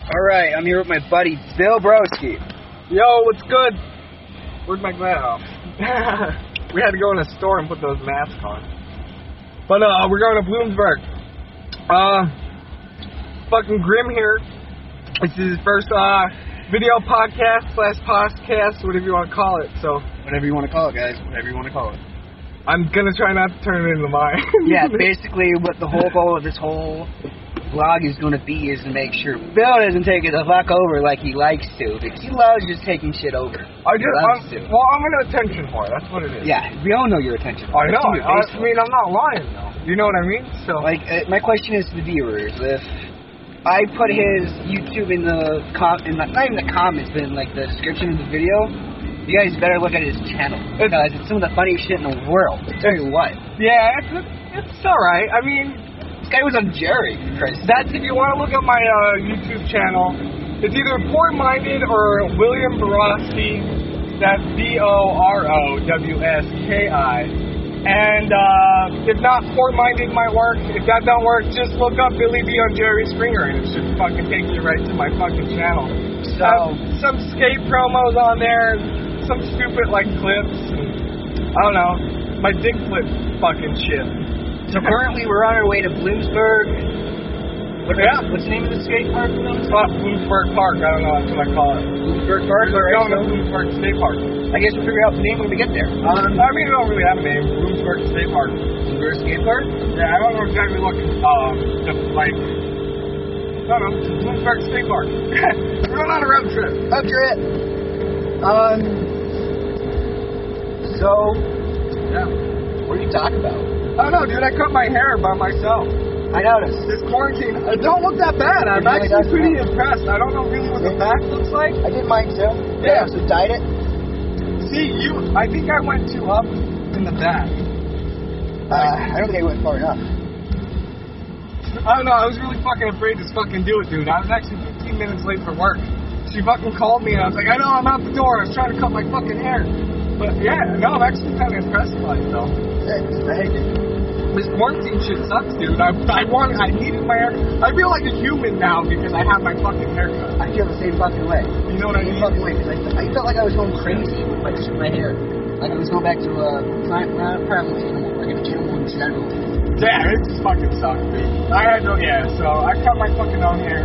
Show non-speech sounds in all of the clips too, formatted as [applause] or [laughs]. All right, I'm here with my buddy Bill Broski. Yo, what's good? Where'd my glass? [laughs] we had to go in a store and put those masks on. But uh, we're going to Bloomsburg. Uh, fucking Grim here. This is his first uh video podcast slash podcast, whatever you want to call it. So Whatever you want to call it, guys. Whatever you want to call it. I'm gonna try not to turn it into mine. [laughs] [laughs] Yeah, basically, what the whole goal of this whole vlog is going to be is to make sure Bill doesn't take it the fuck over like he likes to, because he loves just taking shit over. I just loves to. I'm, well, I'm an attention whore. That's what it is. Yeah, we all know your attention. I know. That's your I, I baseline. mean, I'm not lying though. You know what I mean? So Like, uh, my question is to the viewers: If I put his YouTube in the com, in the, not even the comments, but in like the description of the video, you guys better look at his channel It's- because it's some of the funniest shit in the world. I tell you what, yeah, it's it's, it's all right. I mean, this guy was on Jerry. for Christ's sake. That's if you want to look at my uh, YouTube channel. It's either Poor Minded or William Borowski. That's B O R O W S K I. And uh, if not, Poor Minded might work. If that don't work, just look up Billy B on Jerry Springer, and it should fucking take you right to my fucking channel. So- Uh, some skate promos on there, some stupid like clips. And, I don't know, my dick flip fucking shit. So currently we're on our way to Bloomsburg. What, Yeah. What's the name of the skate park? in Bloomsburg? Fuck Bloomsburg Park. I don't know that's what I call it. Bloomsburg Park. We're All right, going to so Bloomsburg State Park. I guess we'll figure out the name when we get there. Um, I mean, we don't really have a name. Bloomsburg State Park. Bloomsburg skate park. Yeah, I don't know exactly what, um, the, like, I don't know, Bloomsburg State Park. [laughs] We're going on a road trip. Up to it. Um. So, Yeah. what do you talk about? I don't know, dude. I cut my hair by myself. I noticed. This quarantine, it don't look that bad. It I'm really actually doesn't. pretty impressed. I don't know really what the back looks like. I did mine too. Yeah. I also dyed it. See, you, I think I went too up in the back. Uh, I don't think I went far enough. I don't know. I was really fucking afraid to fucking do it, dude. I was actually 15 minutes late for work. She fucking called me, and I was like, I know, I'm out the door. I was trying to cut my fucking hair. But yeah, no, I'm actually kind of impressed by it, though. I hate it. This quarantine shit sucks, dude. I, I want, I needed my hair. I feel like a human now because I have my fucking haircut. I feel the same fucking way. You know what I Same mean? fucking way. 'cause I, I felt like I was going crazy with my, my hair. Like I was going back to uh, a private, not a private funeral, like a funeral in general. Yeah, it just fucking sucked, dude. I had no, yeah, so I cut my fucking own hair.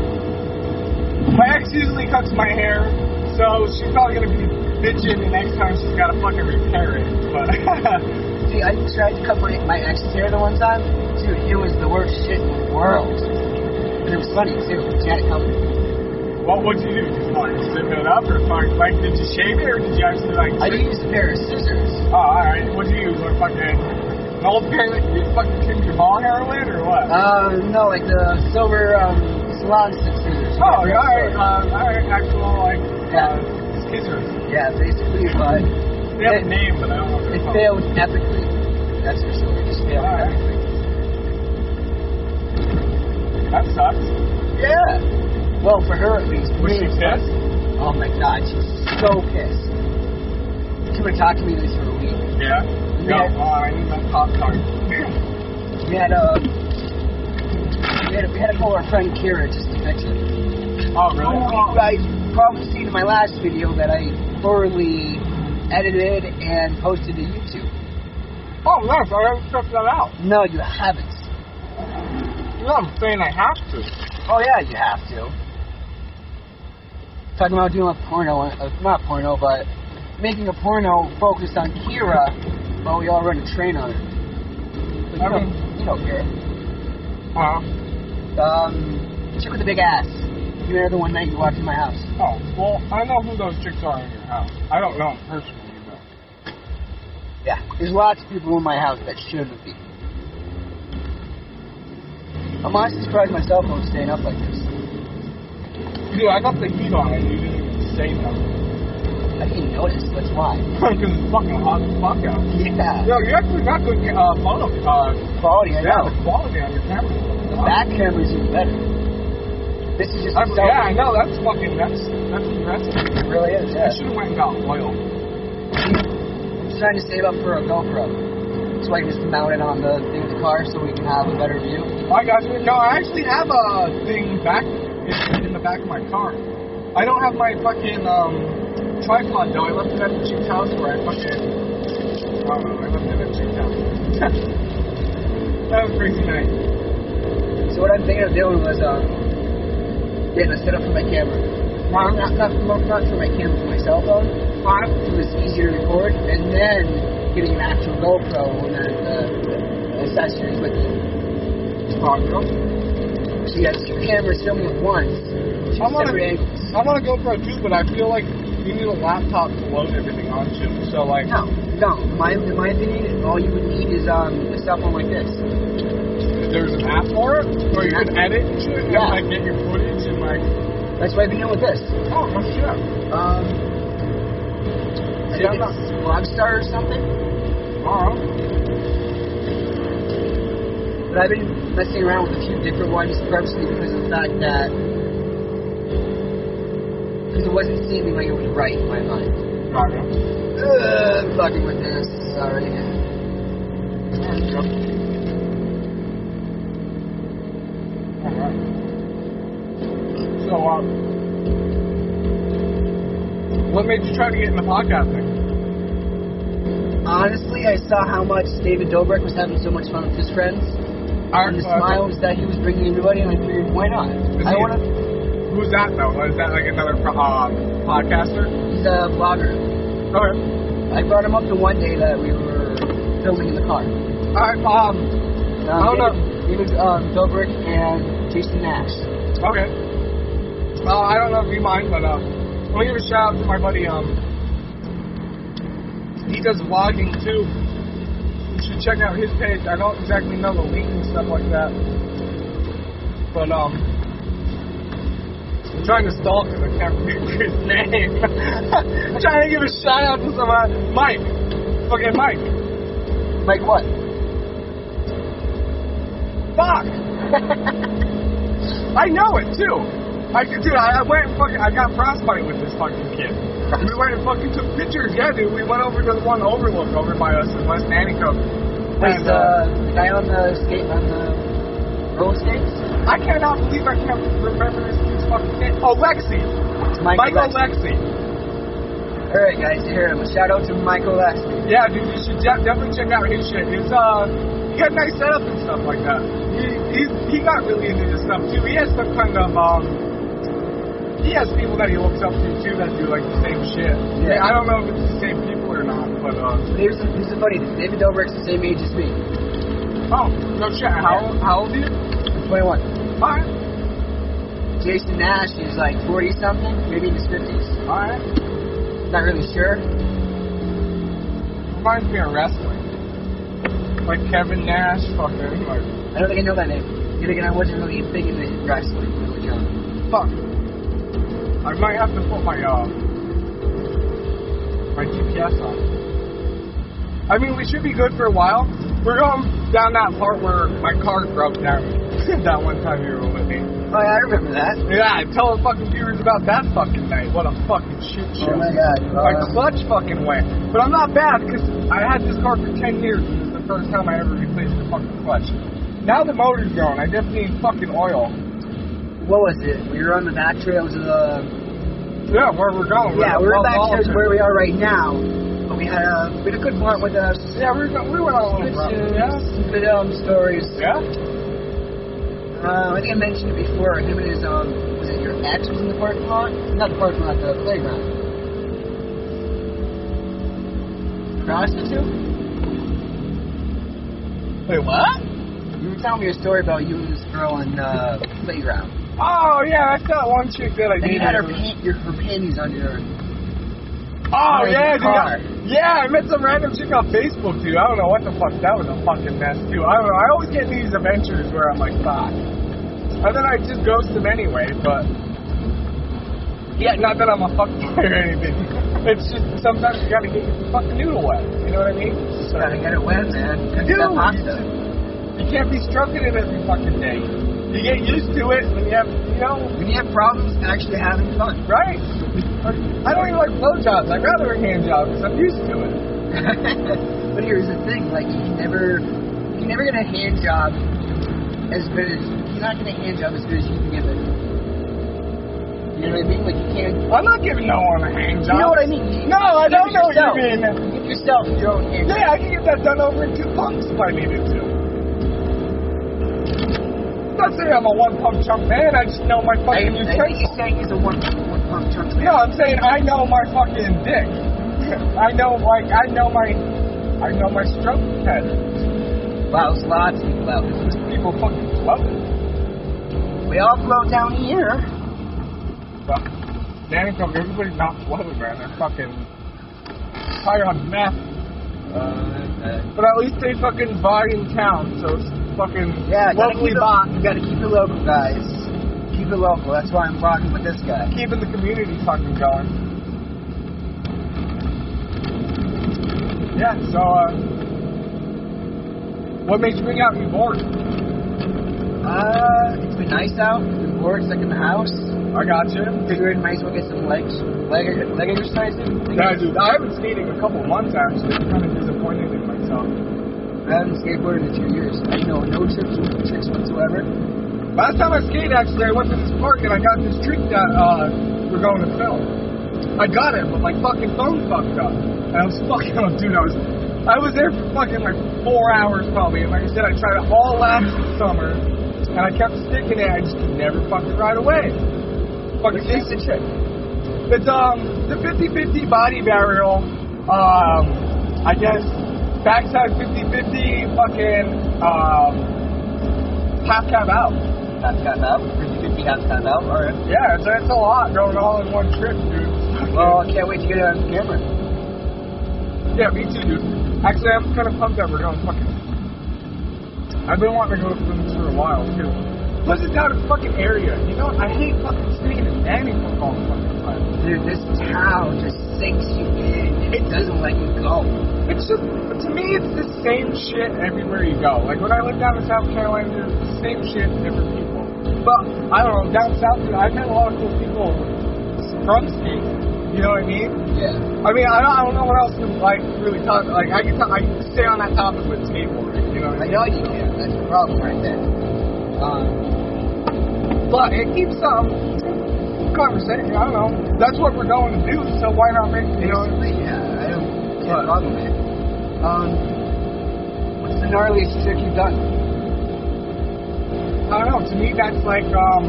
My ex usually cuts my hair, so she's probably gonna be bitching the next time she's gotta fucking repair it. But [laughs] See, I tried to cut my, my ex's hair the one time. Dude, it was the worst shit in the world. And it was funny too. She had it covered. what would you do? Just like zip it up or fuck, like, did you shave it or did you actually like? I used a pair of scissors. Oh, alright, what'd you use? Like fucking an old pair that you fucking trimmed your ball hair with or what? Uh, no, like the silver um, salon scissors. oh, alright, um, alright, actual like Yeah. uh, scissors. Yeah, basically, but They have It- a name, but I don't know. what it they're called. failed epically. That's for sure. It just failed Alright. epically. That sucks. Yeah. Well, for her at least. Was Me, she it's pissed? not- Oh my god, she's so pissed. She would talk to me this for a week. Yeah. No, Yeah. uh, I need my pop [laughs] tart. We had a we had, we had to call our friend Kira just to catch it. oh, really? I probably seen in my last video that I thoroughly edited and posted to YouTube. Oh, nice. I haven't checked that out. No, you haven't. No, I'm saying I have to. Oh yeah, you have to. Talking about doing a porno, uh, not porno, but making a porno focused on Kira, but we all run a train on her. But you, I don't, mean- you don't care. Huh? Um, the chick with the big ass. You met her the one night you walked in my house. Oh, well, I know who those chicks are in your house. I don't know them personally, but. Yeah, there's lots of people in my house that shouldn't be. I'm honestly surprised my cell phone's staying up like this. Dude, I got the heat on and you didn't even say [laughs] nothing. I didn't even notice, that's why. Because it's fucking hot as fuck out. Yeah. Yo, you actually got good uh, photo uh, Quality, I know. the quality on your camera. The back camera's even better. This is just a I'm, selfie. yeah, I know. That's fucking, that's, that's impressive. It really is, I yeah. should have went and got oil. I'm just trying to save up for a GoPro. So I can just mount it on the thing in the car so we can have a better view. I got you. No, I actually have a thing back in, in the back of my car. I don't have my fucking um, tripod though. I left it at the chick's house where I fucking. I don't know. I left it at the chick's house. [laughs] that was a crazy night. So what I'm thinking of doing was um, getting a setup for my camera. Well, not, not, not, not for my camera, for my cell phone. Five. It was easier to record, and then getting an actual GoPro and then the, the accessories with it. So you got two cameras filming at once. Two I'm on a- separate angles. I want to go GoPro too, but I feel like you need a laptop to load everything onto. So like, No, no. My, in my opinion, all you would need is um, a cell phone like this. there's an app for it where you can edit and shit and Yeah. like get your footage and like, That's what I've been doing with this. oh no shit. Um, I See, think I'm not- it's Vlogstar or something. Alright. But I've been messing around with a few different ones purposely because of the fact that because it wasn't seeming like it was right in my mind. Alright. Ugh, I'm fucking with this. Sorry. um, Alright. So um, what made you try to get into podcasting? Honestly, I saw how much David Dobrik was having so much fun with his friends. Iron and the Claw. smiles that he was bringing everybody, and I figured, why not? I he- want to. Who's that though? Is that like another pro- um, podcaster? He's a vlogger. Okay. I brought him up the one day that we were filming in the car. Alright. Um. Um, Oh, no. It was um, Dobrik and Jason Nash. Okay. Well, I don't know if you mind, but uh, I want to give a shout out to my buddy. Um, he does vlogging too. You should check out his page. I don't exactly know the link and stuff like that, but um, I'm trying to stalk him. I can't remember [laughs] his name. I'm trying to give a shout out to someone, Mike. Fucking Mike. Like what? Fuck. I know it too. I dude, I, I went and fucking, I got frostbite with this fucking kid. We went and fucking took pictures. Yeah, dude, we went over to the one overlook over by us in West Anaco. Was And, uh, uh, the guy on the skate on the roller skates? uh, I cannot believe I can't remember his, his fucking name. Oh, Lexi. Mike Michael Lexi. Lexi. All right, guys, you hear him. A shout out to Michael Lexi. Yeah, dude, you should de- definitely check out his shit. His uh, he got a nice setup and stuff like that. He he's, he got really into this stuff too. He has some kind of um, he has people that he looks up to too that do like the same shit. Yeah. I don't know if it's the same people or not, but uh, Here's the, here's the funny thing. David Dobrik's the same age as me. oh no shit. How how old are you? I'm 21. All right, Jason Nash is like 40 something, maybe in his 50s. all right. Not really sure. Reminds me of wrestling, like Kevin Nash, fucking like I don't think I know that name. Yet again, I wasn't really big into wrestling when I was young. fuck. I might have to put my uh my GPS on. I mean, we should be good for a while. We're going down that part where my car broke down [laughs] that one time you were with me. Oh yeah, I remember that. Yeah, tell the fucking viewers about that fucking night. What a fucking shit show. Oh my god. My Uh, clutch fucking went. But I'm not bad because I had this car for 10 years and it's the first time I ever replaced the fucking clutch. Now the motor's gone. I just need fucking oil. what was it? We were on the back trails of the. Yeah, where we're going. Yeah, we were Well, back trails Walter. where we are right now. But we had a we had a good blunt with uh, us. Yeah, we, went- we went all Good over. shoes, Yeah. good um, stories. Yeah. Uh, I think I mentioned it before. Him and his um, was it your ex was in the parking lot? Not the parking lot, the playground. Prostitute? Wait, what? You were telling me a story about you and this girl in uh, playground. Oh yeah, that's that one chick that I And you dated. had her, pan- your, her panties on your. Oh Right in yeah, the dude. car. I- yeah, I met some random chick on Facebook, dude. I don't know what the fuck. That was a fucking mess, too. I don't know. I always get these adventures where I'm like, fuck. And then I just ghost them anyway, but. Yeah, not that I'm a [laughs] fuckboy or anything. It's just sometimes you gotta get your fucking noodle wet. You know what I mean? So, Gotta get it wet, man. Cook Dude. that pasta. you can't be stroking it every fucking day. You get used to it and you have, you know, When you have problems, actually having fun. [laughs] right? I don't even like blowjobs. I'd rather a hand job because I'm used to it. but here's the thing: like you can never, you can never get a hand job as good as you're not gonna hand job as good as you can give it. You know what I mean? Like you can't. I'm not giving no one a hand You job. know what I mean? No, I don't know what you yourself. mean. Give yourself your own hand. Yeah, I can get that done over in two pumps if I needed to. Not saying I'm a one pump chump man. I just know my I, I fucking think utensils. you're saying he's a one one pump chunk man. No, I'm saying I know my fucking dick. [laughs] I know, like, I know my, I know my stroke pattern. Wow, there's lots of people out there. People fucking love it. We all float down here. But Danny Cook, everybody's not floating, man. They're fucking high on meth. Uh, But at least they fucking buy in town, so it's fucking yeah, gotta locally keep it, bought. you gotta keep it local, guys. Keep it local. That's why I'm rocking with this guy. Keeping the community fucking going. Yeah, so, uh, what makes you bring out you bored? Uh, it's been nice out. Been bored, stuck in the house. I got you. Figured might as well get some legs, leg, leg exercises. Yeah, dude, I haven't skated in a couple months actually. I'm kind of disappointed in myself. I haven't skateboarded in two years. I know no tricks, tricks whatsoever. Last time I skated, actually, I went to this park and I got this trick that uh, we're going to film. I got it, but my fucking phone fucked up. And I was fucking, [laughs] oh, dude, I was, I was there for fucking like four hours probably. And like I said, I tried it all last summer, and I kept sticking it. I just could never fucking ride away. Fucking What's this? instant trick. It's um the 50-50 body burial. Um, I guess backside 50-50 fucking um, half cab out. Half time out. 50 half time out. All right. Yeah, it's, it's a lot going all in one trip, dude. Well, I can't wait to get it on camera. yeah, me too, dude. Actually, I'm kind of pumped that we're going fucking. I've been wanting to go to Flint for a while, too. Plus, it's out of the fucking area. You know, I hate fucking staying in Danny for all the fucking time. Dude, this town just sinks you in. It doesn't let you go. It's just, to me, it's the same shit everywhere you go. Like, when I lived down in South Carolina, dude, it's the same shit, different people. But, I don't know, down south, dude, I met a lot of cool people from state. You know what I mean? Yeah. I mean, I don't, I don't know what else to like really talk. Like, I can talk, I can stay on that topic with skateboarding. You know what I I mean? Uh, know you can. That's the problem right there. Um, But it keeps some conversation. I don't know. That's what we're going to do. So why not make you know? basically, yeah, I don't see What? a problem with it. Um, what's the gnarliest trick you've done? I don't know. To me, that's like um,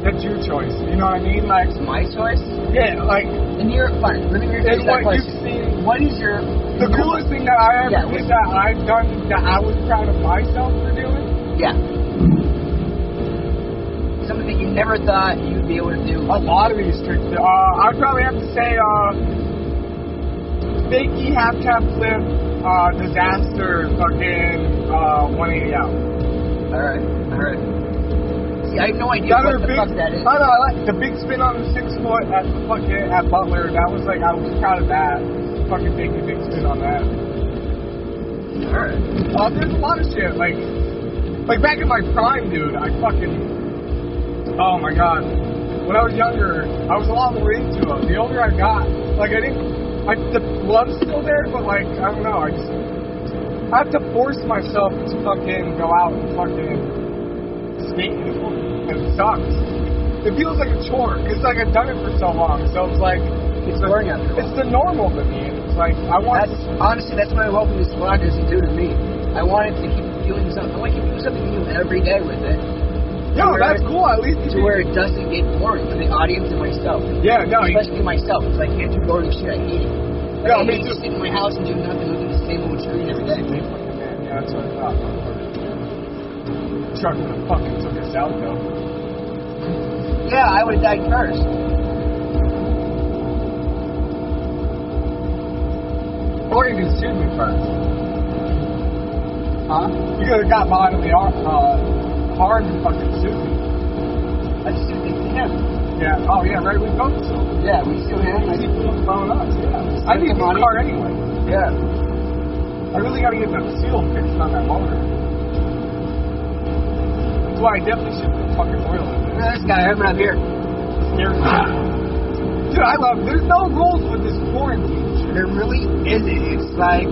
that's your choice. You know what I mean? Like, My choice? yeah, like And you're fine. Let me rephrase it's that what you've question. seen. What is your The coolest thing that I ever Yeah, did that I've done that I was proud of myself for doing. Yeah. Something that you never thought you'd be able to do. A lot of these tricks. Uh, I'd probably have to say uh, fakey half tap flip, uh, disaster, fucking uh, 180 out. Alright, alright. See, I have no idea That what other the big, fuck that is. I know, I like the big spin on the six foot at the fucking at Butler. That was like I was proud of that. Fucking taking big spin on that. Alright. Uh, there's a lot of shit like like back in my prime, dude. I fucking oh my god. When I was younger, I was a lot more into them. The older I got, like I didn't, I the love's still there, but like I don't know. I just I have to force myself to fucking go out and fucking skate anymore, and it sucks. It feels like a chore because like I've done it for so long, so it's like It's the- boring after a while. It's the normal to me. and It's like I want That's honestly that's what I'm hoping this vlog doesn't do to me. I wanted to keep doing something. I want to keep doing something new every day with it, no, where- that's cool. At least to where it doesn't get boring for the audience and myself. yeah, no, you, Especially myself, because I can't do boring shit. I hate it. Like, Yeah, I me hate too. just sitting in my house and doing nothing, looking at the same old screen every day. Yeah, that's what I thought. Truck would have fucking took us out though. Yeah, I would have died first. Or you could shoot me first. Huh? You could have got bodily ar- uh, harmed and fucking sued me. I just didn't think to him. Yeah. Oh yeah, right. We both sued. Yeah, we still him. I I, keep them phone us. Yeah. I need Send this the money. car anyway. yeah. I really gotta get that seal fixed on that motor. That's why I definitely should put fucking oil in it. No, this guy, I'm up here. Scares me. Dude, I love. There's no rules with this quarantine shit. There really isn't. It's like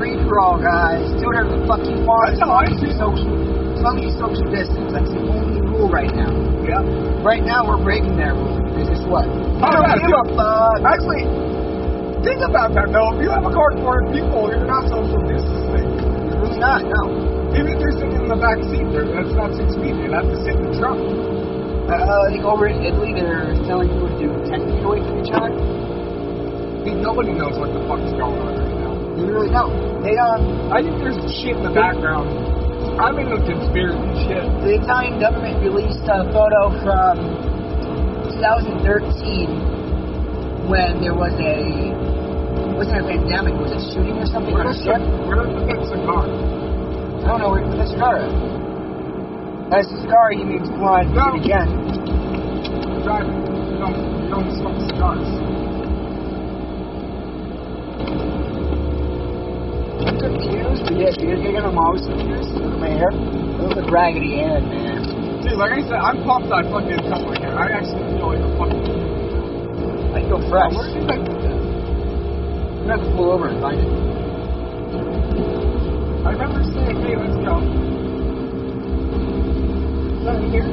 free for all, guys. Do whatever the fuck you want. That's how I see it. social, as long as you social distance. That's the only rule. rule right now. Yeah. Right now, we're breaking that rule. Because guess what? Uh, I Oh, yeah, don't give a fuck. Actually, think about that though. If you have a car full of people, you're not social distancing. You're really not, no. Even if you're sitting in the back seat, there, that's not six feet. You'd have to sit in the trunk. Uh, I think over in Italy, they're telling people to do 10 feet away from each other. I mean, nobody knows what the fuck's going on right now. They really don't. They, um, I think there's shit in the background. I'm into conspiracy shit. the Italian government released a photo from 2013 when there was a, wasn't a pandemic, was it shooting or something Where on a does ship? the- where does the big cigar? I don't know, where that's Scar. That's Scar, he means blonde No. dude again. Driving. Don't, don't smoke cigars. I'm confused, but yes, you're getting them always confused. Look at my hair. A little bit raggedy hair, man. Dude, like I said, I'm pumped I fucking cut my hair. I actually feel like a fucking... I feel fresh. Where did I put that? I'm gonna have to pull over and find it. I remember saying, hey, let's go. Is that in here?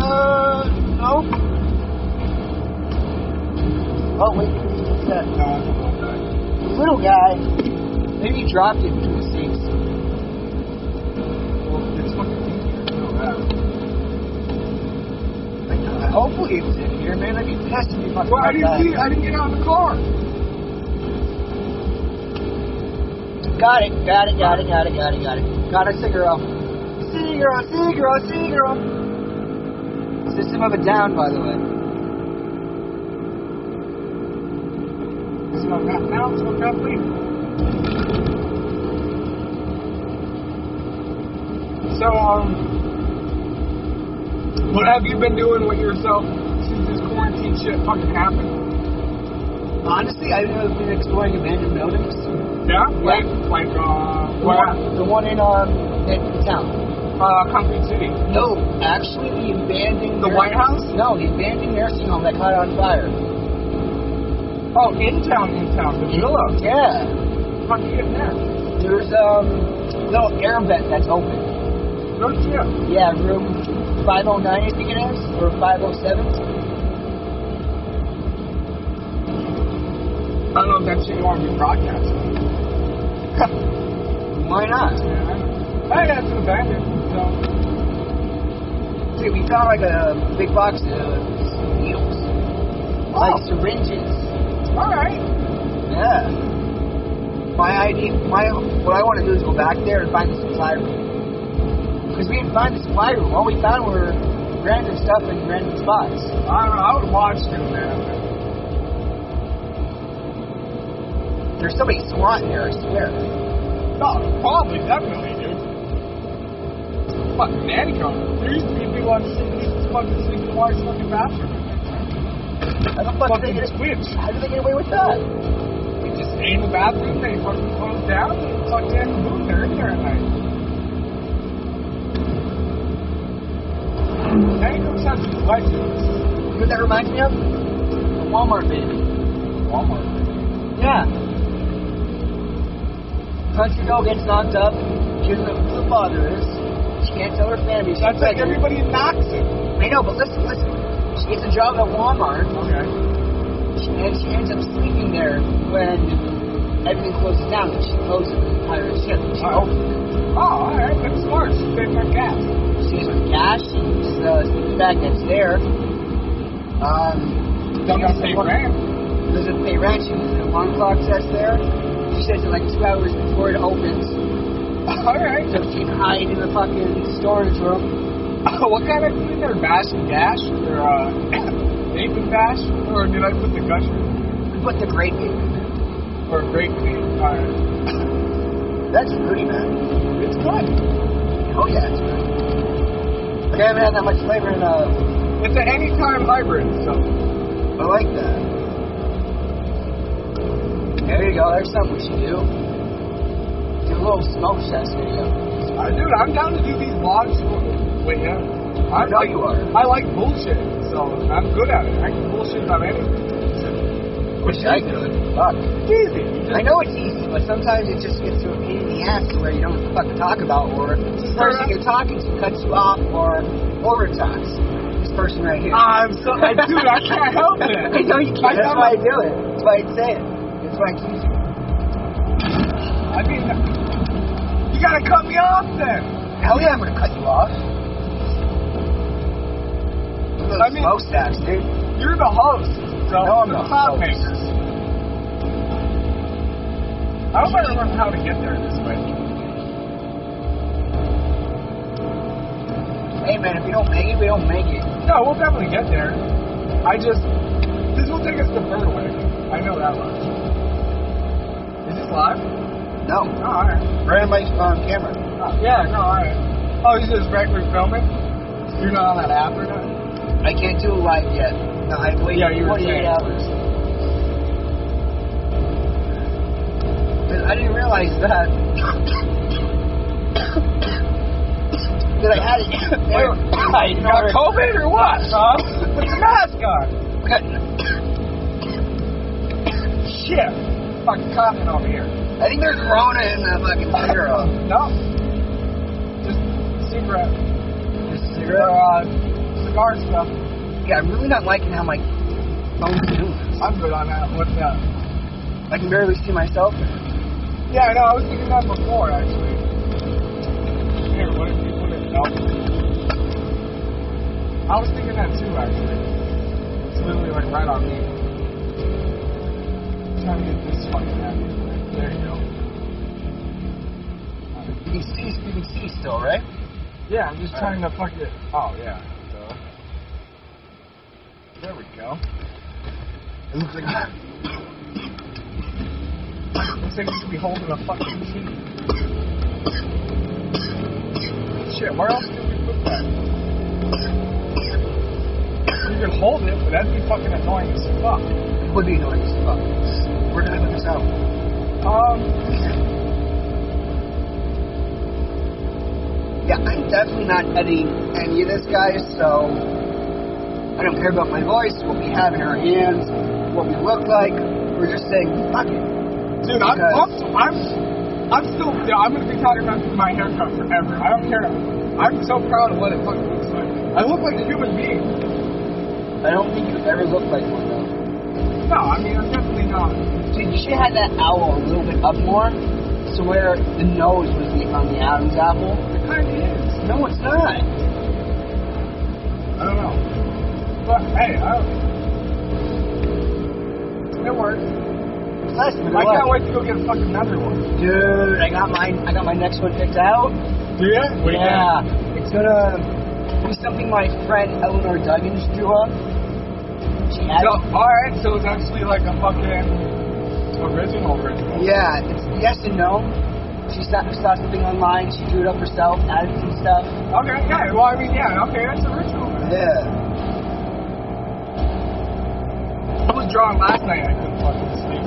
Uh, no. Oh, wait. What's that? uh, No, I don't want that. The little guy. Maybe he dropped it between the seats. Well, it's fucking easier to know that. Like, uh, hopefully it's in here, man. I'd be pissed if you fucking Well, I got didn't that. see it. I didn't get out of the car. Got it, got it, got it, got it, got it, got it. Got a cigarro. Cigarro, cigarro, cigarro. System of a down, by the way. Smoke that now, smoke that later. So, um, what have you been doing with yourself since this quarantine shit fucking happened? Honestly, I've been exploring abandoned buildings. Yeah? Like, like, uh, The what? one- The one in, um, in town. Uh, Concrete City. No, actually, the abandoned. The nur- White House? No, the abandoned nursing home that caught on fire. Oh, in town, in town. The villa. Yeah. Fuck shit in there. There's, um, no air vent that's open. No shit. Yeah, room 509, I think it is, or 507. I don't know if that shit you want to be broadcasting. Why not? Yeah, I don't know. Hey, that's an abandoned, so. See, we found like a big box of needles, like syringes. alright. Yeah. My ID, my what I want to do is go back there and find the supply room. Because we didn't find the supply room. All we found were random stuff in random spots. I don't know, I would watch them, man. There's somebody swatting there, I swear. No, probably, definitely, dude. Fucking nanny cone. There used to be people on shit used to fucking sleep in the wife's fucking bathroom. How the fuck did Fucking they get? twitch. How did they get away with that? They just stay in the bathroom, they fucking close down, they tucked in, boom, they're in there at night. Nanny cones have some legends. You know what that reminds me of? The Walmart baby. Walmart. Yeah. Country girl gets knocked up. She doesn't know who the father is. She can't tell her family. She's That's like pregnant. everybody in Knoxville. I know, but listen, listen. She gets a job at Walmart, Okay. and she ends up sleeping there when everything closes down, and she closes the entire ship. She Oh. opens Oh, alright, that's smart. She saved her gas. it. She with cash. She's uh, sleeping bag that's there. Um, Don't gotta pay [laughs] rent. doesn't pay rent. She uses an alarm clock test there. She says it like two hours before it opens. Alright. So she's hiding in the fucking storage room. Oh, [laughs] what kind of food there? Bash and dash? Or, uh, [coughs] bacon bash? Or did I put the gusher? We put the grape in. Or grape meat? Alright. That's pretty man. It's good. Oh yeah, it's good. Like, I haven't had that much flavor in a It's an anytime hybrid, so. I like that. There you go. There's something we should do. Do a little smoke test video. Uh, dude, I'm down to do these vlogs w- with him. I know you are. I like bullshit, so I'm good at it. I can bullshit about anything. Wish I could. Fuck. It's easy. You just I know it's easy, but sometimes it just gets to a pain in the ass to where you don't fucking talk about, or this person you're talking to cuts you off, or overtalks. This person right here. I'm so, I, dude, I can't help it. [laughs] I know you I can't. That's thought why I my- do it. That's why I say it. That's why I keep it. I mean, you gotta cut me off then. Hell yeah, I'm gonna cut you off. Those I mean- smoke stacks, dude. You're the host, so No, I'm the not the cloud host. makers. I don't remember how to get there this way. Hey man, if we don't make it, we don't make it. No, we'll definitely get there. I just this will take us to Berwick. I know that much. Is this live? No. Oh, all right. Brand my um, camera. Oh, yeah, no, all right. Oh, you just regular filming? You're not on that app or not? I can't do it live yet. No, I wait Yeah, you were 48 saying. hours. But I didn't realize that. [coughs] that I had it. [coughs] [coughs] [laughs] I you ignored [coughs] got it. COVID or what? Huh? Put your mask on. [coughs] Shit. Fucking coughing over here. uh, I think there's Rona in the fucking cigarette. No. Just cigarette This or cigarette. uh, cigar stuff. Yeah, I'm really not liking how my phone's doing this. I'm good on that. What's that? I can barely see myself. Yeah, I know. I was thinking that before, actually. Here, what if you put it? No. I was thinking that too, actually. It's literally like right on me. trying to get this fucking happy. There you go. Alright. You can see, you can see still, right? Yeah, I'm just trying to fuck it. Oh yeah. Duh. There we go. It looks like [coughs] Looks like we should be holding a fucking key. Shit, where else can we put that? You can hold it, but that'd be fucking annoying as fuck. it would be annoying as fuck. We're gonna put this out. Um, Yeah, I'm definitely not editing any of this, guys, so I don't care about my voice, what we have in our hands, what we look like. We're just saying, fuck it. dude, I'm, Because- I'm, I'm, I'm still, yeah, I'm gonna be talking about my haircut forever. I don't care. I'm so proud of what it fucking looks like. I look like a human being. I don't think you've ever looked like one, though. No, I mean, I'm definitely not. Dude, you should have had that owl a little bit up more, so where the nose was the, on the Adam's apple. It kinda is. No, it's not. I don't know. But hey, I don't. It works. It's less than I what? can't wait to go get a fucking another one. Dude, I got mine. I got my next one picked out. Do you? What do you yeah, it's gonna be something my friend Eleanor Duggins drew up. She think? had So, alright, so it's actually like a fucking original original. Yeah, it's yes and no. She saw, saw something online, she drew it up herself, added some stuff. Okay, yeah, well, I mean, yeah, okay, that's original. man. Yeah. I was drawing last night, I couldn't fucking sleep.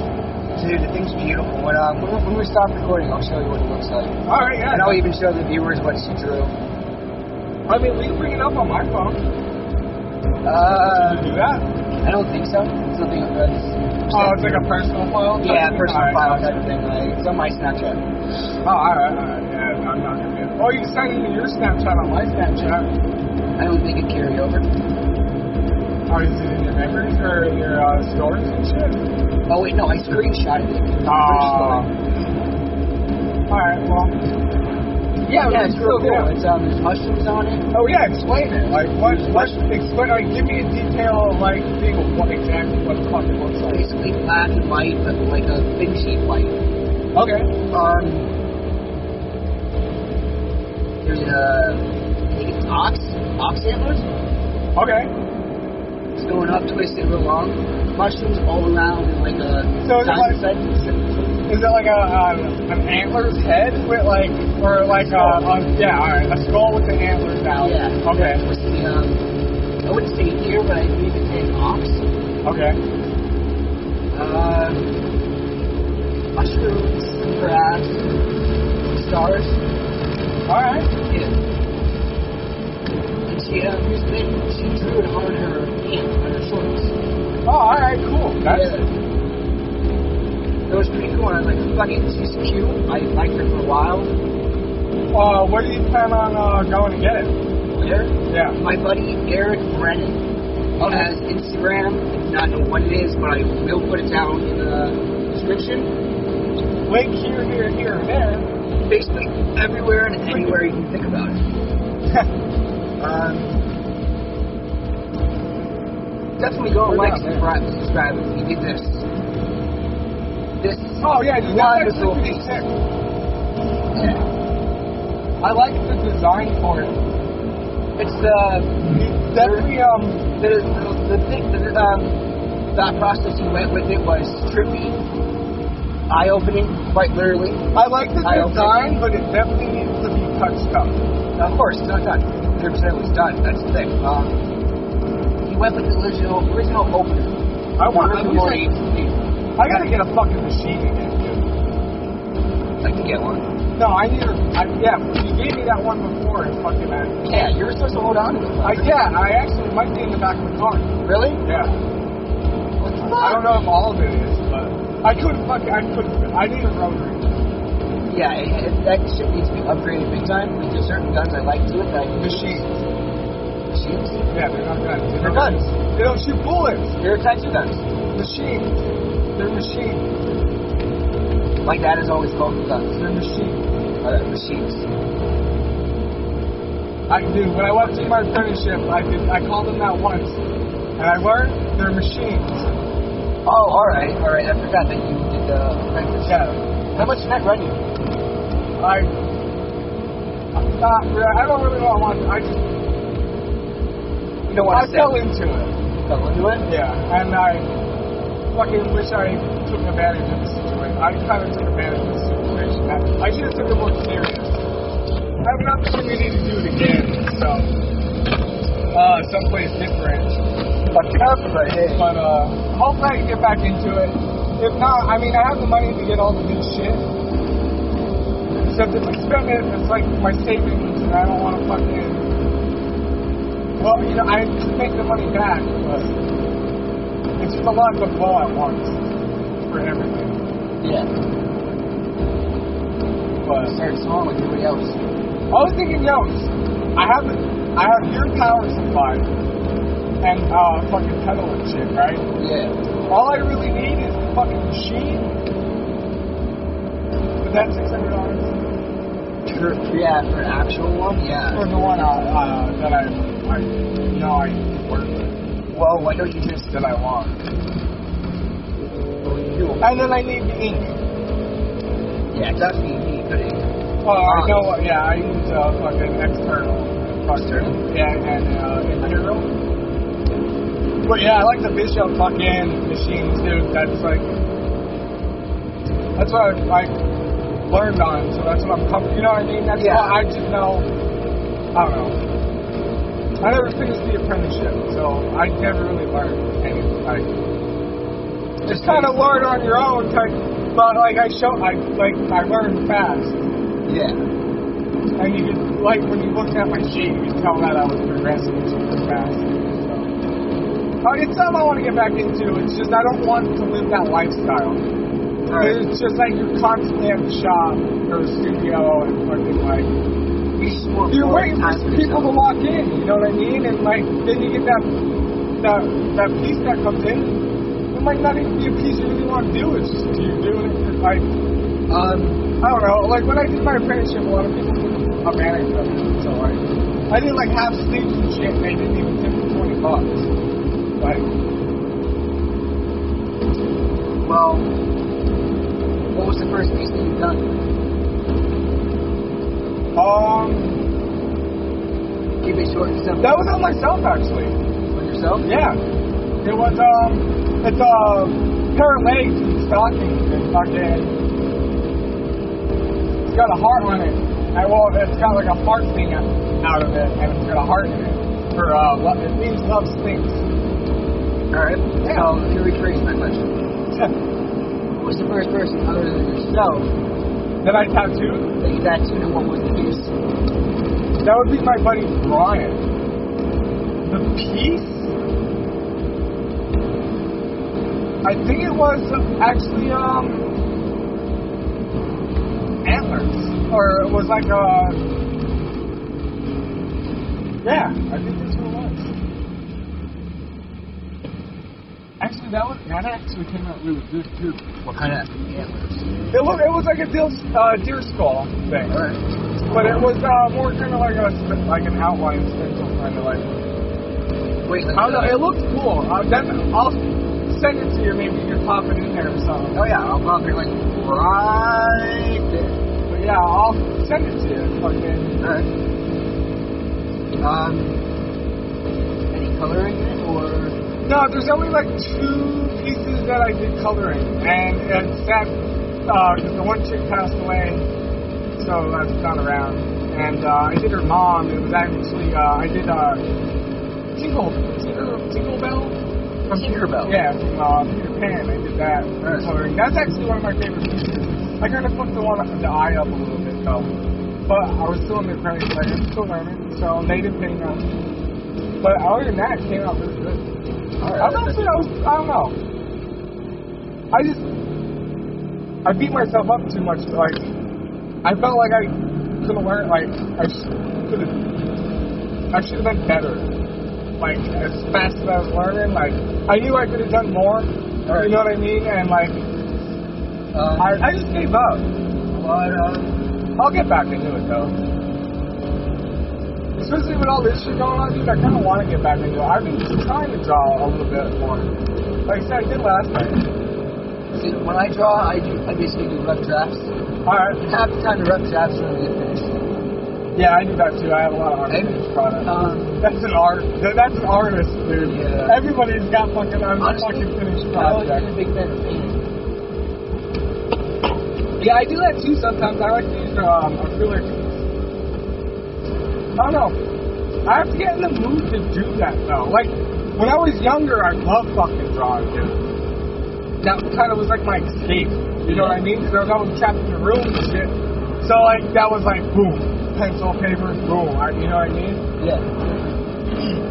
Dude, the thing's beautiful. When, uh, when, when we stop recording, I'll show you what it looks like. Alright, yeah. And I'll even show the viewers what she drew. I mean, we can bring it up on my phone. Uh, Did you do that? I don't think so. It's nothing of this. Oh, it's like a personal file? yeah, personal Alright, file gotcha. type of thing. Like, it's on my Snapchat. Oh, alright, alright, yeah, I'm not gonna do it. Oh, you can send it to your Snapchat on my Snapchat. I don't think it carried over. Oh, is it in your memories or in your uh, stories and shit? Oh, wait, no, I screenshotted it. It's pretty Alright, small. well. yeah, yeah, it's it's real cool, cool. yeah. It's, um, there's mushrooms on it. Oh, yeah, explain it. Like, what, what, explain, like, give me a detail, like, thing of what exactly what the fuck it looks It's like. basically black and white, but like a thin sheet white. Okay. Um, there's a I think it's ox, ox antlers. Okay. It's going up, twisted real long. Mushrooms all around in like a So it's diamond like- set. Is it like a, um, an antler's head with, like, or like a, a yeah, alright, a skull with the antlers out? Yeah. Okay. With the, um, I wouldn't say deer, but I believe it's an ox. Okay. Uh, mushrooms, grass, stars. Alright. Yeah. And she, uh, used it- she drew it on her hand, on her shorts. Oh, alright, cool. That's, Yeah. fucking she's cute. I liked her for a while. Uh, where do you plan on uh, going to get it? Where? Yeah. My buddy Eric Brennan has Instagram. Not know what it is, but I will put it down in the description. Link here, here, here, and there. Basically, everywhere and anywhere you can think about it. Um, definitely go and We're like, not there. subscribe, subscribe if you did this. This [laughs] oh, yeah, just got that Wonderful. 66. yeah. I like the design for it. it's uh, It's definitely, um, the the thing the um thought process you went with it was trippy, eye opening, quite literally. I like the I also- design, but it definitely needs to be touched up. Of course, it's not done. 100 percent was done. That's the thing. Um, he went with the original original opener. I want it would to be say like, I gotta get a fucking machine again, dude. like to get one. No, I need a, I, yeah, you gave me that one before, and fucking, I, Yeah, you're supposed to hold on to it. I, yeah, I actually might be in the back of the car. Really? Yeah. What the fuck? I don't know if all of it is, but I couldn't fucking, I couldn't, I need a rotary. Yeah, it, it, that shit needs to be upgraded big time. Like, there's certain guns I like to it that I can just Machines. shoot. Yeah, they're not guns. They're guns. They don't shoot bullets. There are types of guns. Machines. They're machines. Like that is always called guns. They're machines. Uh, machines. I do. When I went through my apprenticeship, I did. I called them that once, and I learned they're machines. Oh, all right, all right. I forgot that you did the apprentice. Yeah. How much did that run you? I. I'm not. re- I don't really know. what I want. I just. You don't I want to say. fell into it. Fell into it. Yeah. And I fucking wish I took advantage of the situation. I kind of took advantage of the situation. I, I should have took it more serious. I have an opportunity to do it again. So. Uh, someplace different. Fucked it up, but hey. But uh, hopefully I can get back into it. If not, I mean, I have the money to get all the good shit. Except if I spend it, it's like my savings, and I don't want to fucking. Well, you know, I can make the money back, but it's just a lot to blow at once for everything. Yeah. But Started small like everybody else. I was thinking notes. I have I have your power supply and uh, fucking pedal and shit, right? Yeah. All I really need is the fucking machine. But that's six hundred dollars For, yeah, for an actual one. Yeah. for the one uh, uh, that I, I you know I work with Well, why don't you just? that I want. do it? And then I need the ink. Yeah, definitely need good ink. Oh, I know. uh, Yeah, I use uh, fucking external. External. Yeah, and uh, internal. But yeah, I like the Bishop fucking machines, dude. That's like that's what I, I learned on. So that's what I'm. com- You know what I mean? That's Yeah. why I just know. I don't know. I never finished the apprenticeship, so I never really learned anything. Like, just kind of learn on your own, type, but like I show, I like I learned fast, Yeah. and you could like when you looked at my sheet, you could tell that I was progressing super fast. So, uh, it's something I want to get back into. It's just I don't want to live that lifestyle. All right. It's just like you're constantly at the shop or studio and fucking like You just want you're more waiting for time for people to yourself. walk in. You know what I mean? And like then you get that that that piece that comes in. It might not even be a piece you really want to do. It's just you're doing it for like Um. I don't know. Like when I did my apprenticeship, a lot of people are managed of it. So like I did like half sleeves and shit. and They didn't even give me twenty bucks. Like Well. What was the first piece that you done? um, Keep it short and simple. that was on myself actually. For yourself. Yeah. It was um it's a pair of legs and stockings and fucking it's got a heart on it. And well it's got like a heart thing out of it and it's got a heart in it. For uh lo- it means love stinks. All right. [laughs] So here rephrase my question. Who was the first person other than yourself that I tattooed? that you tattooed, and what was the piece? That would be my buddy Brian. The piece? I think it was actually um alerts. or it was like uh, a. Yeah, I think that's what it was. Actually, that was that actually came out really good too. What kind of antlers? It was it was like a deer, uh, deer skull thing, Alright. but it was uh, more kind of like a sp- like an outline stencil kind of like. Wait, I don't know. It looked cool. I definitely, I'll send it to you. Maybe you can pop it in there or something. Oh yeah, I'll probably like right there. But yeah, I'll send it to you. Fucking. Alright. Um any color in it or No, there's only like two pieces that I did coloring, and it's sad because the one chick passed away, so that's not around. And uh, I did her mom. It was actually uh, I did uh, Tingle Tingle Tingle Bell. from Tinkerbell. Yeah, from uh, Peter Pan. I did that Nice. coloring. That's actually one of my favorite pieces. I kind of fucked the one the eye up a little bit though, but I was still in the credits. Like, I'm still learning, so they didn't pay enough. But other than that, it came out really good. I'm Alright. not sure. I, was, I don't know. I just I beat myself up too much. Like I felt like I could have learned. Like I should have. I should have been better. Like as fast as I was learning, like I knew I could have done more. Right. You know what I mean? And like Um, I, I just gave up. but um I'll get back into it though. Especially with all this shit going on, dude, I kind of want to get back into it. I've been trying to draw a little bit more. Like I said, I did last night. see when I draw I do I basically do rough drafts. Alright. Half the time the rough drafts are gonna get finished. Yeah, I do that too. I have a lot of art Hey. finished product. Um That's an art. th- That's an artist, dude. Yeah. Everybody's got fucking un- Honestly, fucking finished I've always been projects. a big fan of painting. Yeah, I do that too sometimes. I like to use um, acrylic. I don't know. I have to get in the mood to do that though. Like when I was younger, I loved fucking drawing, dude. That kind of was like my escape. You know what I mean? Because I was always trapped in the room and shit. So like that was like boom, pencil, paper, boom. I, you know what I mean? Yeah.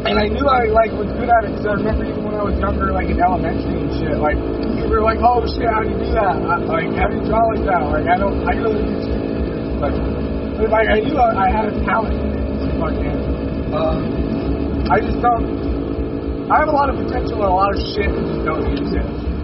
And I knew I like was good at it because I remember even when I was younger, like in elementary and shit, like people were like, "Oh shit, how do you do that? I, like how do you draw like that? Like I don't, I really do stupid." Like, but, like I knew I, I had a talent. Fucking, Um I just don't. I have a lot of potential and a lot of shit, and just don't use it.